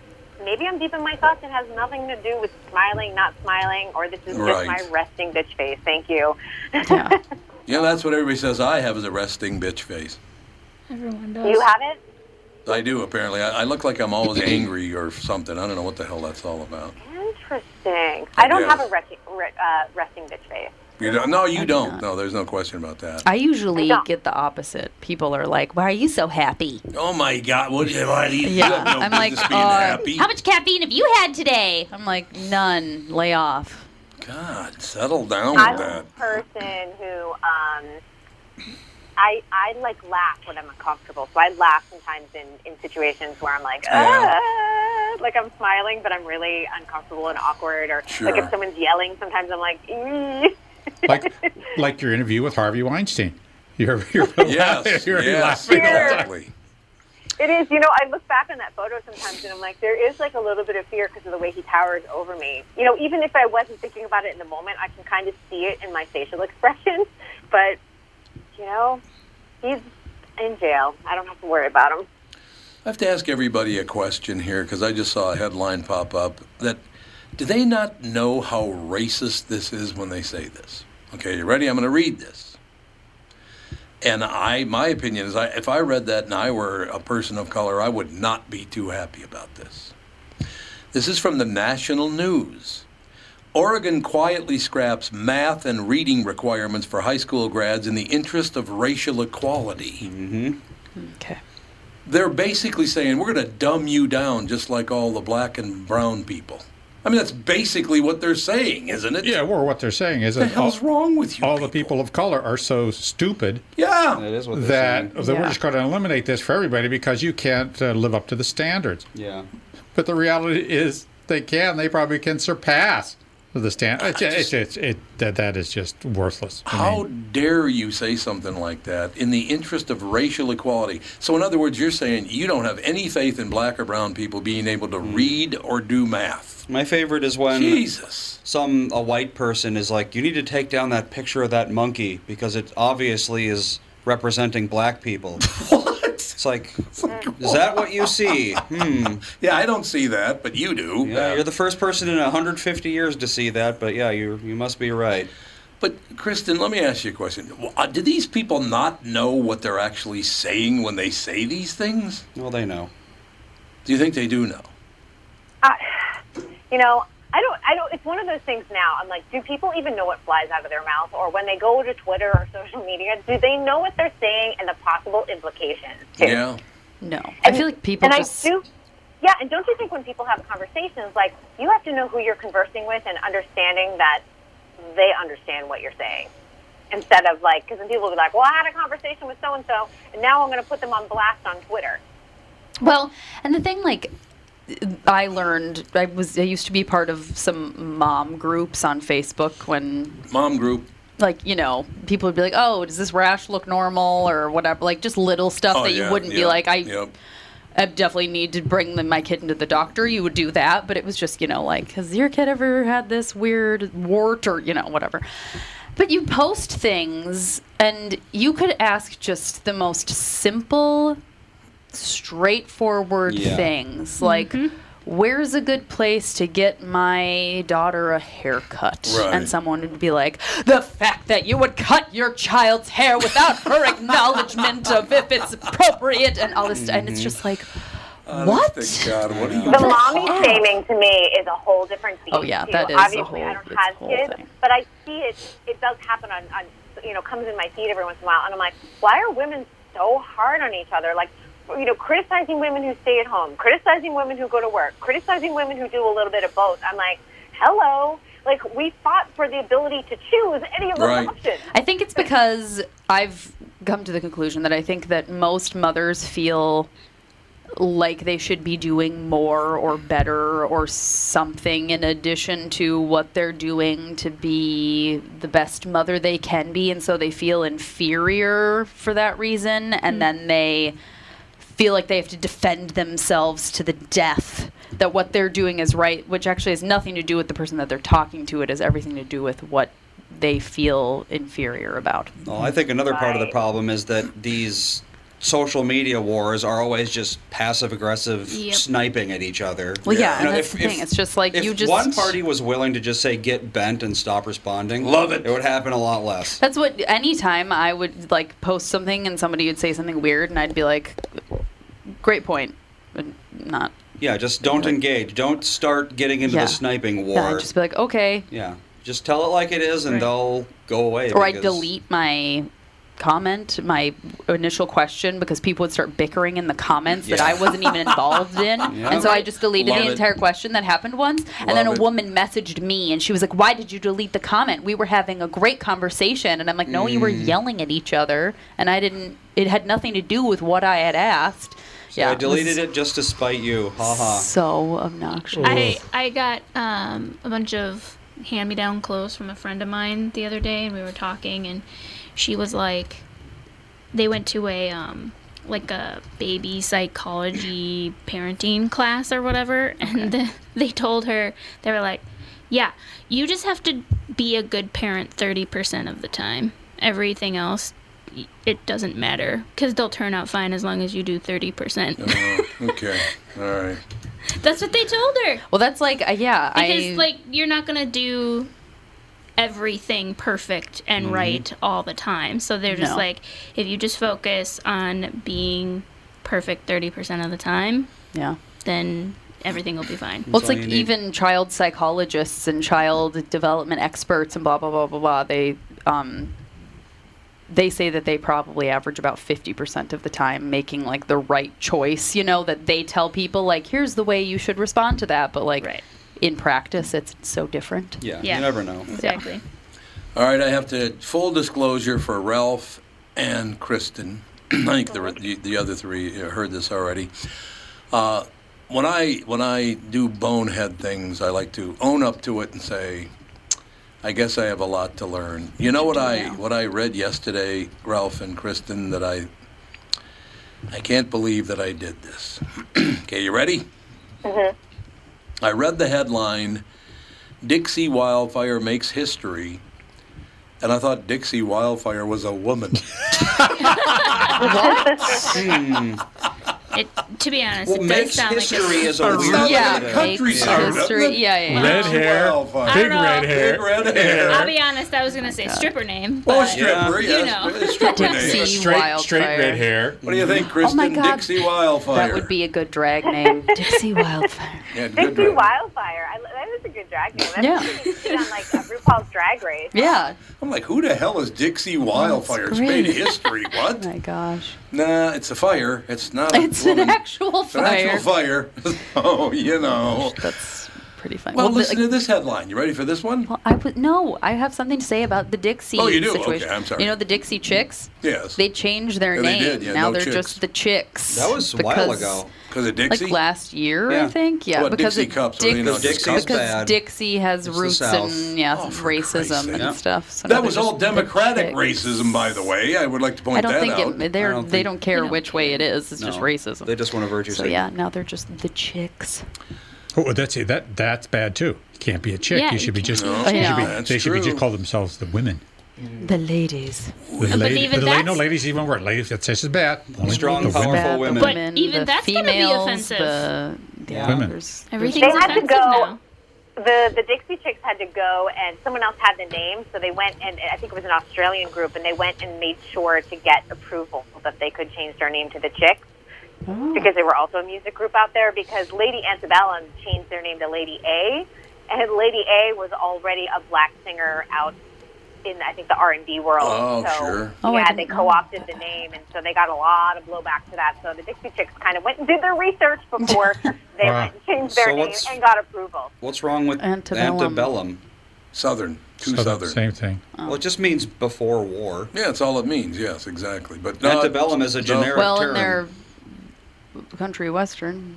maybe I'm deep in my thoughts. It has nothing to do with smiling, not smiling, or this is just
Right.
my resting bitch face. Thank you.
Yeah, that's what everybody says I have is a resting bitch face.
Everyone does. You have it.
I do, apparently. I, I look like I'm always angry or something. I don't know what the hell that's all about.
Interesting. I don't
Yeah.
have a rec- re- uh, resting bitch face.
You don't, no, you don't. No, there's no question about that.
I usually get the opposite. People are like, "Why are you so happy?"
Oh my God! What is why do you, you
Yeah,
have no
I'm like,
business being
uh,
happy?
how much caffeine have you had today? I'm like, none. Lay off.
God, settle down
I'm
with that.
a person who um, I I like laugh when I'm uncomfortable. So I laugh sometimes in, in situations where I'm like,
Yeah.
ah, like I'm smiling, but I'm really uncomfortable and awkward. Or
Sure.
like if someone's yelling, sometimes I'm like, "Ee."
Like like your interview with Harvey Weinstein. You're you're,
Yes,
you're
yes,
laughing. all the time.
exactly.
it is. You know, I look back on that photo sometimes, and I'm like, there is like a little bit of fear because of the way he towers over me. You know, even if I wasn't thinking about it in the moment, I can kind of see it in my facial expression. But you know, he's in jail. I don't have to worry about him.
I have to ask everybody a question here because I just saw a headline pop up that do they not know how racist this is when they say this? Okay, you ready? I'm going to read this. And I, my opinion is, I, if I read that and I were a person of color, I would not be too happy about this. This is from the national news. Oregon quietly scraps math and reading requirements for high school grads in the interest of racial equality. Mm-hmm
Okay.
they're basically saying we're going to dumb you down just like all the black and brown people. I mean, that's basically what they're saying, isn't it?
Yeah, well, what they're saying is
The
that
hell's wrong with you?
All the people of color are so stupid.
Yeah,
that
is
what they're
that,
saying.
that
Yeah.
we're just going to eliminate this for everybody because you can't uh, live up to the standards.
Yeah.
But the reality is, they can. They probably can surpass the standard. It's, it's, it's, it, that, that is just worthless. I
How
mean,
dare you say something like that in the interest of racial equality? So, in other words, you're saying you don't have any faith in black or brown people being able to
Hmm.
read or do math.
My favorite is when
Jesus.
some a white person is like, "You need to take down that picture of that monkey because it obviously is representing black people."
what?
It's like, is that what you see? Hmm.
Yeah, I don't see that, but you do.
Yeah, Uh, you're the first person in 150 years to see that, but yeah, you you must be right.
But Kristen, let me ask you a question. W- uh, Do these people not know what they're actually saying when they say these things?
Well, they know.
Do you think they do know?
I, you know, I don't, I don't, it's one of those things now. I'm like, do people even know what flies out of their mouth? Or when they go to Twitter or social media, do they know what they're saying and the possible implications?
Yeah.
No, I feel like people
and
just.
I do, yeah, and don't you think when people have conversations, like, you have to know who you're conversing with and understanding that they understand what you're saying. Instead of like, because then people will be like, well, I had a conversation with so and so, and now I'm going to put them on blast on Twitter.
Well, and the thing, like, I learned I was I used to be part of some mom groups on Facebook when
Mom group.
like you know people would be like oh does this rash look normal or whatever like just little stuff
Oh,
that you
yeah,
wouldn't be
yep,
like I
yep.
I definitely need to bring the, my kid into the doctor you would do that but it was just you know like has your kid ever had this weird wart or you know whatever but you post things and you could ask just the most simple straightforward
Yeah.
things like where's a good place to get my daughter a haircut
Right.
and someone would be like the fact that you would cut your child's hair without her acknowledgement of if it's appropriate and all this and
Mm-hmm.
Mm-hmm.
it's just like what
God, what are you
The mommy shaming to me is a whole different beast.
Oh, yeah,
too.
that is a
Obviously,
whole-
I don't
it's a
have
whole
kids,
thing.
but I see it. It does happen on, on, you know, comes in my feed every once in a while, and I'm like, why are women so hard on each other? Like, you know, criticizing women who stay at home, criticizing women who go to work, criticizing women who do a little bit of both. I'm like, hello. Like we fought for the ability to choose any of those
Right.
options.
I think it's because I've come to the conclusion that I think that most mothers feel like they should be doing more or better or something in addition to what they're doing to be the best mother they can be. And so they feel inferior for that reason. And then they feel like they have to defend themselves to the death that what they're doing is right, which actually has nothing to do with the person that they're talking to. It has everything to do with what they feel inferior about.
Well, Oh, I think another part of the problem is that these social media wars are always just passive aggressive
Yep.
sniping at each other.
Well, yeah,
You know,
and that's
if-
the
if
thing. it's just like
if
you just.
one party was willing to just say get bent and stop responding, love it. It would happen a lot less.
that's what anytime I would like post something and somebody would say something weird and I'd be like, great point, but not.
Yeah, just don't engage. Don't start getting into
Yeah.
the sniping war.
Yeah, I'd just be like, okay.
Yeah. Just tell it like it is, and
Right.
they'll go away.
Or I
because-
delete my comment, my initial question, because people would start bickering in the comments that
Yeah.
I wasn't even involved in.
Yeah.
And so I just deleted
Love
the
it.
entire question that happened once. and then a
Love it.
woman messaged me and she was like, Why did you delete the comment? We were having a great conversation. And I'm like, No, you were
Mm.
yelling at each other. And I didn't, it had nothing to do with what I had asked.
So I deleted it just to spite you. Ha ha.
So obnoxious.
I I got um, a bunch of hand-me-down clothes from a friend of mine the other day, and we were talking, and she was like, they went to a um, like a baby psychology parenting class or whatever, and the, they told her they were like, yeah, you just have to be a good parent thirty percent of the time. Everything else. y- It doesn't matter because they'll turn out fine as long as you do 30%.
Okay. All right.
That's what they told her.
Well, that's like, uh, yeah,
Because
I
like you're not gonna do everything perfect and
Mhm.
right all the time. So they're just
No.
like, if you just focus on being perfect thirty percent of the time,
yeah,
then everything will be fine.
Well, it's like even child psychologists and child development experts and blah blah blah blah blah. They um, they say that they probably average about fifty percent of the time making like the right choice. You know that they tell people like, here's the way you should respond to that, but like in practice, it's so different.
Yeah, you Yeah. never know.
Exactly.
All right, I have to full disclosure for Ralph and Kristen. I think the, the the other three heard this already. Uh, when I when I do bonehead things, I like to own up to it and say, I guess I have a lot to learn. You know what I what I read yesterday, Ralph and Kristen, that I I can't believe that I did this. okay, you ready?
Mhm.
I read the headline Dixie Wildfire Makes History, and I thought Dixie Wildfire was a woman. Hmm.
It, to be honest,
Well,
it does
makes
sound like
history
it's-
is a weird way
yeah,
to-
country
Yeah.
history. Yeah, yeah. yeah.
Red hair,
I
big
don't know.
red hair,
Big
red
I'll be honest. I was gonna say stripper name.
Oh,
but,
stripper,
You
yes,
know,
stripper name.
Dixie
straight, straight
Wildfire.
red hair.
What do you think, Kristen?
Oh my God.
Dixie Wildfire.
That would be a good drag name, Dixie Wildfire.
Mm-hmm.
Yeah, good
Dixie
drag.
Wildfire. I, that is a good drag name. That's
Yeah.
something you see on like uh, RuPaul's Drag Race.
Yeah.
I'm like, who the hell is Dixie Wildfire? It's made
great.
history. What?
Oh My gosh.
Nah, it's a fire. It's not a
It's
woman.
an actual
It's an
fire.
actual fire. oh, you know.
That's pretty funny.
Well,
the-
listen to this headline. You ready for this one?
Well, I put no. I have something to say about the Dixie.
Oh, you do?
Situation.
Okay, I'm sorry.
You know the Dixie Chicks?
Yes.
They changed their
Yeah, they
name.
did, yeah,
now
no
they're
chicks.
just the Chicks.
Because of Dixie?
Like last year, I think. Yeah,
What,
because
Dixie
it-
cups. what do you know, Dixie
Dix-
cups? Oh,
because Dixie has
It's the
roots
South.
in yeah racism and
Yeah.
stuff. So
that
now they're
was all
just the
Democratic
Chicks.
racism, by the way. I would like to point
I don't
that
think
out.
it, they're they don't care which way it is. It's just
No.
racism.
They just want to virtue
So
signal.
yeah, now they're just the Chicks.
Oh, that's it. That that's bad too. You can't be a chick.
Yeah,
you
you
should be
can't
just.
be a
you
chick. I
should be-
know. That's
they should be
true.
just call themselves the women.
The ladies.
The lady- the lady- no, ladies even worse. Ladies, that's just as bad. Only
Strong,
the
powerful
women.
women.
But even
the
that's gonna be
females,
offensive.
The, yeah,
Women.
there's-
Everything's
they had to
offensive
go.
now.
The the Dixie Chicks had to go, and someone else had the name, so they went and I think it was an Australian group, and they went and made sure to get approval that they could change their name to the Chicks because they were also a music group out there. Because Lady Antebellum changed their name to Lady A, and Lady A was already a black singer out in I think the R and B world.
Oh,
so,
sure.
Oh, I
yeah,
didn't
they
know
co-opted the name, and so they got a lot of blowback for that. So the Dixie Chicks kind of went and did their research before they
Wow.
went and changed their
So
name
what's-
and got approval.
What's wrong with
Antebellum.
antebellum?
Southern. Too
Southern,
Southern.
Same thing.
Oh.
Well, it just means before war.
Yeah, that's all it means. Yes, exactly. But not-
Antebellum is a
no.
generic
well,
term.
in their country western.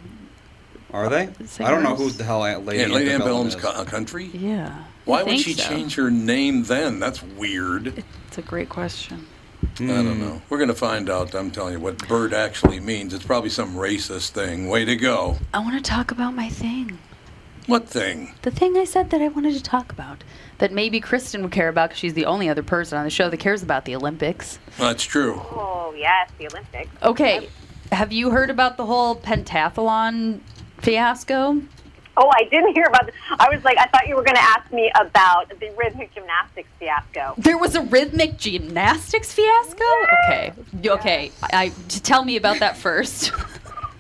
Are they? I don't know who the hell Aunt Lady
Yeah, Lady
Antebellum
Antebellum's
is.
co- a country?
Yeah.
Why
I
would
think
she
so.
change her name then? That's weird.
It's a great question.
I don't know. We're going to find out, I'm telling you, what bird actually means. It's probably some racist thing. Way to go.
I want to talk about my thing.
What thing?
The thing I said that I wanted to talk about that maybe Kristen would care about because she's the only other person on the show that cares about the Olympics.
That's true.
Oh yes, the Olympics.
Okay, have you heard about the whole pentathlon fiasco?
Oh, I didn't hear about. This. I was like, I thought you were going to ask me about the rhythmic gymnastics fiasco.
There was a rhythmic gymnastics fiasco. Okay, okay. I, I tell me about that first.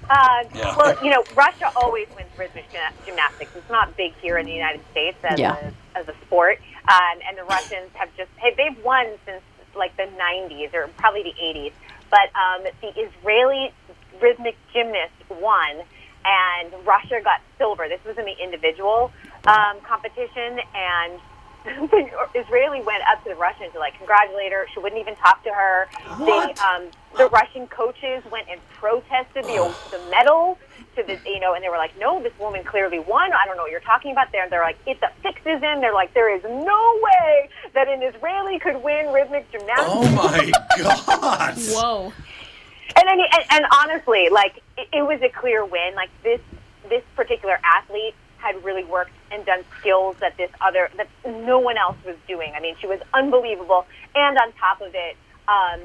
Uh,
Yeah.
Well, you know, Russia always wins rhythmic gymna- gymnastics. It's not big here in the United States as,
Yeah.
a, as a sport. Um, and the Russians have just, hey, they've won since like the 90s or probably the 80s. But um, the Israeli rhythmic gymnast won, and Russia got silver. This was in the individual um, competition. And the Israeli went up to the Russian to like congratulate her. She wouldn't even talk to her.
What?
They, um, the Russian coaches went and protested the the medal to the you know, and they were like, "No, this woman clearly won. I don't know what you're talking about." There, they're like, "It's a fixism." They're like, "There is no way that an Israeli could win rhythmic gymnastics."
Oh my God!
Whoa!
And I mean, and, and honestly, like it, it was a clear win. Like this this particular athlete had really worked and done skills that this other that no one else was doing. I mean, she was unbelievable. And on top of it, um,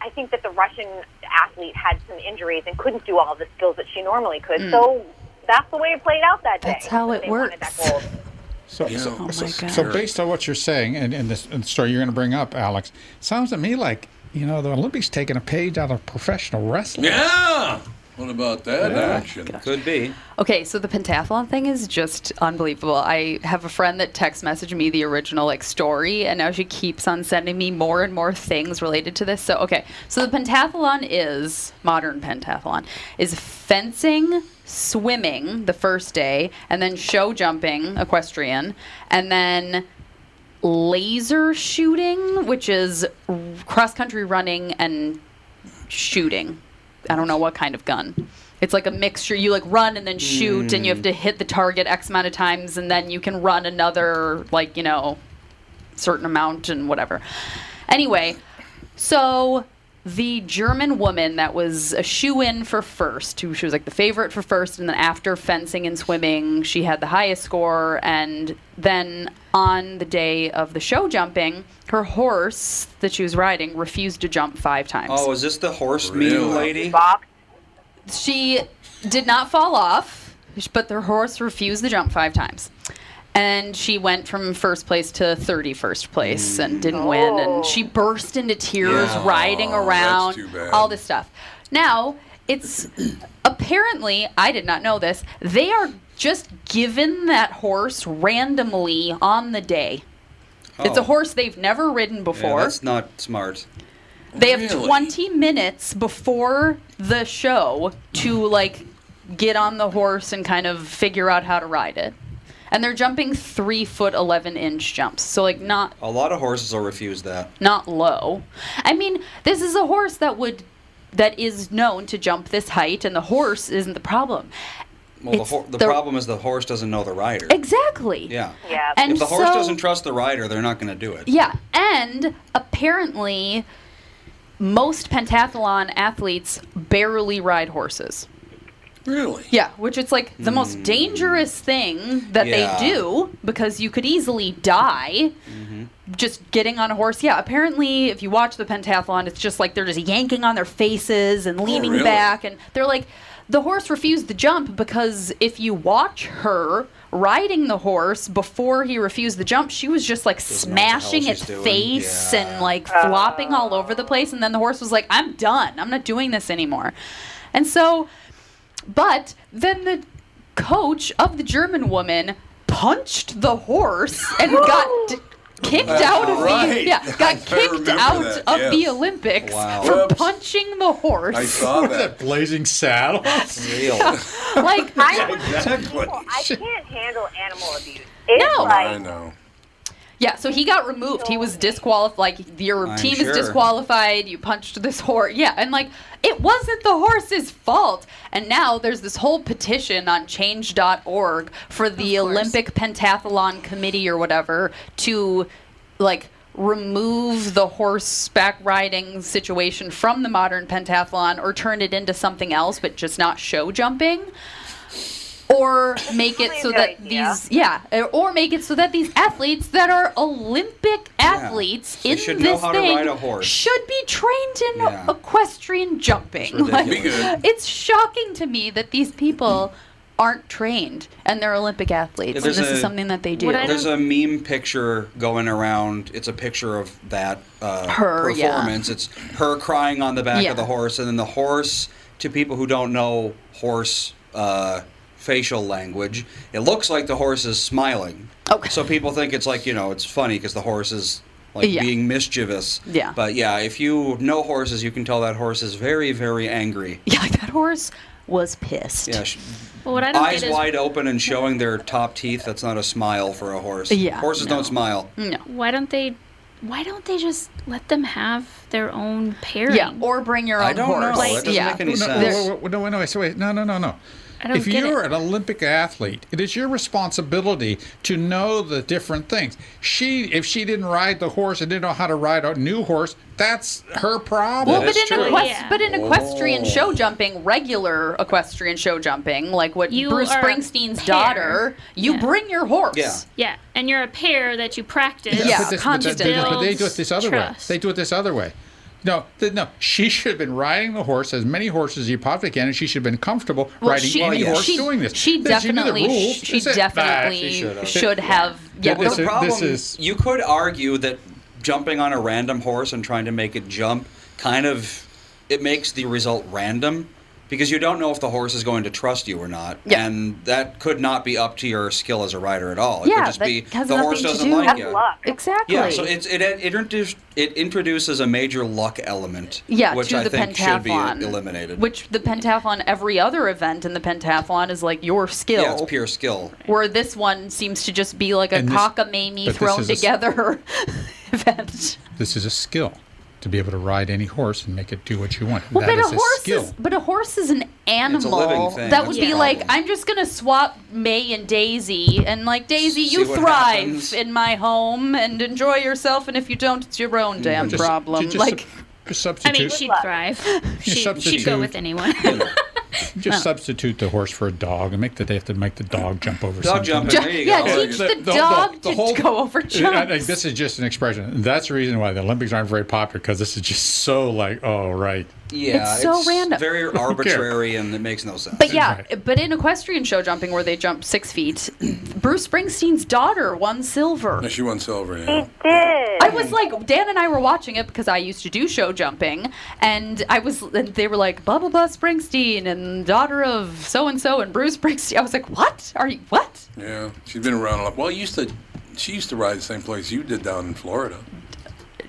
I think that the Russian athlete had some injuries and couldn't do all the skills that she normally could.
Mm.
So that's the way it played out that day.
That's how it
They wanted
works.
that gold.
So,
Yeah.
so,
Oh my
so,
God.
so based on what you're saying and, and, this, and the story you're going to bring up, Alex, sounds to me like you know the Olympics taking a page out of professional wrestling.
Yeah! What about that
Yeah.
action?
Could be.
Okay, so the pentathlon thing is just unbelievable. I have a friend that text messaged me the original like story, and now she keeps on sending me more and more things related to this. So okay, so the pentathlon is modern pentathlon is fencing, swimming the first day, and then show jumping, equestrian, and then laser shooting, which is cross country running and shooting. I don't know what kind of gun. It's like a mixture. You like run and then shoot, and you have to hit the target X amount of times, and then you can run another like you know certain amount and whatever. Anyway, so the German woman that was a shoe in for first, who she was like the favorite for first, and then after fencing and swimming, she had the highest score. And then on the day of the show jumping, her horse that she was riding refused to jump five times.
Oh, is this the horse meat lady?
She did not fall off, but their horse refused the jump five times. And she went from first place to 31st place and didn't win. And she burst into tears
Yeah.
riding
Oh, that's
around,
too bad.
all this stuff. Now, it's apparently, I did not know this, they are just given that horse randomly on the day. It's
Oh.
a horse they've never ridden
Yeah,
before.
that's not smart.
They have
Really?
20 minutes before the show to like get on the horse and kind of figure out how to ride it. and they're jumping three foot eleven inch jumps. So like not
A lot of horses will refuse that.
not low. I mean, this is a horse that would that is known to jump this height, and the horse isn't the problem.
Well, the,
It's
hor- the,
the-
problem is the horse doesn't know the rider.
Exactly.
Yeah.
Yeah. And
if the horse
so-
doesn't trust the rider, they're not going to do it.
Yeah, and apparently, most pentathlon athletes barely ride horses.
Really?
Yeah, which it's like the most dangerous thing that
Yeah.
they do because you could easily die just getting on a horse. Yeah, apparently, if you watch the pentathlon, it's just like they're just yanking on their faces and leaning
really?
back, and they're like, the horse refused the jump because if you watch her riding the horse before he refused the jump, she was just like smashing
she's
its
doing.
face and like flopping all over the place, and then the horse was like, I'm done. I'm not doing this anymore. And so, but then the coach of the German woman punched the horse and got d- kicked
That's
out of the
right.
yeah,
I
got kicked
remember
out
that,
of the
yes.
Olympics
Wow.
for
Whoops.
punching the horse.
I saw
With
that.
blazing saddle.
Real.
like
I
I,
exactly.
I can't handle animal abuse.
no.
I know.
Yeah, so he got removed. He was disqualified. Like your
I'm
team
sure.
is disqualified. You punched this horse. Yeah, and like it wasn't the horse's fault. And now there's this whole petition on Change.org for the Olympic Pentathlon Committee or whatever to like remove the horseback riding situation from the modern pentathlon or turn it into something else, but just not show jumping or make it so that these yeah or make it so that these athletes that are olympic athletes
They
in
should know
this
how to
thing
ride a horse.
should be trained in
Yeah.
equestrian jumping
It's
Like,
ridiculous.
it's shocking to me that these people aren't trained and they're olympic athletes and
There's
this is
a-
something that they do
There's a meme picture going around. It's a picture of that uh,
Her, yeah.
performance. It's her crying on the back
Yeah.
of the horse, and then the horse. To people who don't know horse uh, facial language, it looks like the horse is smiling.
Okay.
So people think it's like you know it's funny because the horse is like
Yeah.
being mischievous.
Yeah.
But yeah, if you know horses, you can tell that horse is very very angry.
yeah that horse was pissed
Yeah. sh-
Well, what I don't
Eyes
get is
wide open and showing their top teeth. That's not a smile for a horse.
Yeah,
Horses don't smile.
no.
why don't they why don't they just let them have their own pairing?
yeah or bring your own horse yeah
Oh, no, wait, wait, No, wait, no, wait, so wait, no, no, no, no.
I don't
if
get
you're an Olympic athlete, it is your responsibility to know the different things. She, if she didn't ride the horse and didn't know how to ride a new horse, that's her problem.
Well, but in, equest- but in
Oh.
equestrian
Oh.
show jumping, regular equestrian show jumping, like what
You
Bruce
are a
Springsteen's
pair.
daughter, you
Yeah.
bring your horse.
Yeah, and you're a pair that you practice.
but, this- but that- but- but they do it this other
trust.
way. They do it this other way. No, th- no. She should have been riding the horse as many horses as you possibly can, and she should have been comfortable
Well,
riding
she-
any
yeah.
horse
she-
doing this.
she
Then knew the
definitely-
rules.
she
That's it.
definitely Nah, she should have. should have- yeah,
Well,
This
the
is-
problem
this is-
you could argue that jumping on a random horse and trying to make it jump kind of it makes the result random because you don't know if the horse is going to trust you or not,
Yeah.
and that could not be up to your skill as a rider at all. Oh, It
Yeah,
could just
that
be
has
the horse
nothing to
doesn't
do
like
with
you.
luck. Exactly.
Yeah, so it's, it it introduce- it introduces a major luck element,
Yeah,
which
to
I
the
think should be
pentathlon.
eliminated.
Which the pentathlon, every other event in the pentathlon is like your skill.
yeah, it's pure skill.
Where this one seems to just be like a
And this- but
cockamamie
this
thrown
is a s-
together event.
This is a skill to be able to ride any horse and make it do what you want.
Well,
That
but a
is
horse
skill.
is but a horse is an animal.
living thing.
That
That's
would
the
be
problem.
like I'm just gonna swap May and Daisy, and like Daisy,
See
you
what
thrive
happens.
in my home and enjoy yourself, and if you don't, it's your own damn
Mm, Just-
problem.
ju- just
like
sub- just
I
substitute.
mean, she'd thrive. She, she'd
substitute.
go with anyone.
Just substitute the horse for a dog and make the they have to make the dog jump over
Dog jumping,
something.
Ju- there you yeah, go. teach the dog to go over
I- I-
jumps.
this is just an expression. That's the reason why the Olympics aren't very popular because this is just so like, oh right.
Yeah,
It's so random.
very arbitrary, and it makes no sense.
But yeah, but in equestrian show jumping where they jump six feet, Bruce Springsteen's daughter won silver.
No, she won silver. Yeah.
I was like, Dan and I were watching it because I used to do show jumping, and I was, and they were like, blah blah blah Springsteen and daughter of so and so and Bruce Springsteen. I was like, what are you? What?
Yeah, she's been around a lot. Well, used to, she used to ride the same place you did down in Florida.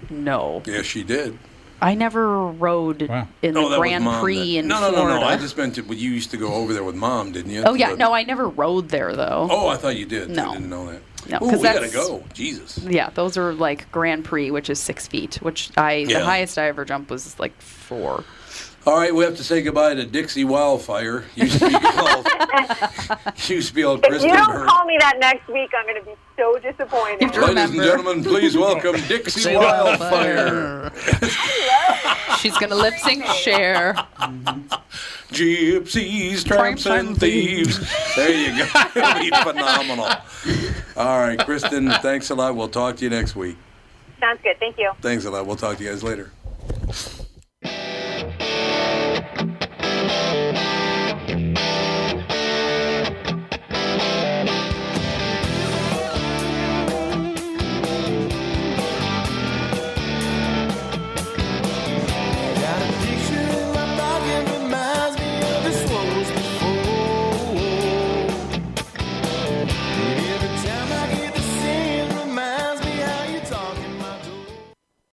No.
Yes, she did.
I never rode in
Oh,
the
that was
Grand
mom
Prix
that-
in
no, no,
Florida.
No, no, I just meant that you used to go over there with mom, didn't you?
oh yeah,
To the-
no, I never rode there though.
Oh, I thought you did.
No.
I didn't know that.
No,
Ooh,
'cause
we gotta
that's-
go. Jesus.
Yeah, those are like Grand Prix, which is six feet, which I
Yeah.
the highest I ever jumped was like four.
All right, we have to say goodbye to Dixie Wildfire. Used to be called. used to be called
If
Kristen
you don't
Bird.
call me that next week, I'm going to be so disappointed.
Ladies and gentlemen, please welcome Dixie
Dixie
Wildfire.
She's gonna lip sync share.
Gypsies, tramps, and thieves. There you go. It'll be phenomenal. All right, Kristen, thanks a lot. We'll talk to you next week.
Sounds good. Thank you.
Thanks a lot. We'll talk to you guys later.